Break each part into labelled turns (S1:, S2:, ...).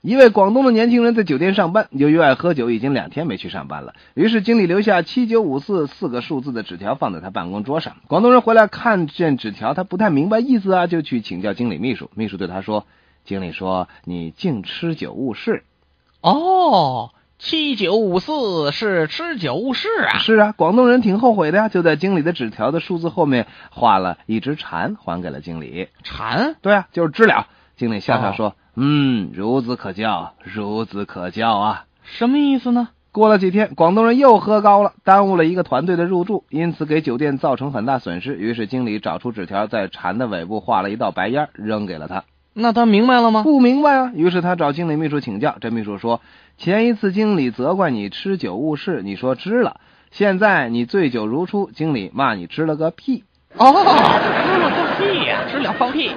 S1: 一位广东的年轻人在酒店上班，由于爱喝酒，已经两天没去上班了。于是经理留下七九五四四个数字的纸条放在他办公桌上。广东人回来看见纸条，他不太明白意思啊，就去请教经理秘书。秘书对他说：“经理说你净吃酒误事。
S2: 哦，七九五四是吃酒误事”啊！
S1: 是啊，广东人挺后悔的呀、就在经理的纸条的数字后面画了一只蝉，还给了经理。
S2: 馋，
S1: 对啊，就是知了。经理笑笑说：“嗯，孺子可教，孺子可教啊。”
S2: 什么意思呢？
S1: 过了几天，广东人又喝高了，耽误了一个团队的入住，因此给酒店造成很大损失。于是经理找出纸条，在蝉的尾部画了一道白烟，扔给了他。
S2: 那他明白了吗？
S1: 不明白啊，于是他找经理秘书请教。这秘书说，前一次经理责怪你吃酒误事，你说知了；现在你醉酒如初，经理骂你吃了个屁。
S2: 哦，吃了个屁呀、吃了放屁。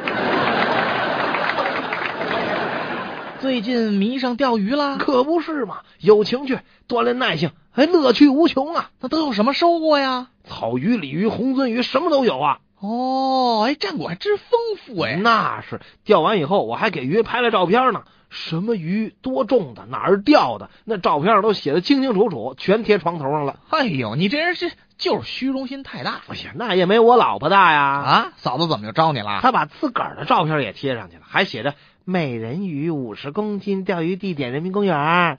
S2: 最近迷上钓鱼啦，
S3: 可不是嘛，有情趣，锻炼耐性，哎，乐趣无穷啊！
S2: 那都有什么收获呀？
S3: 草鱼、鲤鱼、红鳟鱼，什么都有啊！
S2: 哦，哎，战果还真丰富哎。
S3: 那是钓完以后，我还给鱼拍了照片呢。什么鱼，多重的，哪儿钓的，那照片上都写的清清楚楚，全贴床头上了。
S2: 哎呦，你这人是就是虚荣心太大
S3: 哎呀，那也没我老婆大呀！
S2: 啊！嫂子怎么就招你了？
S3: 她把自个儿的照片也贴上去了，还写着“美人鱼五十公斤，钓鱼地点人民公园儿”。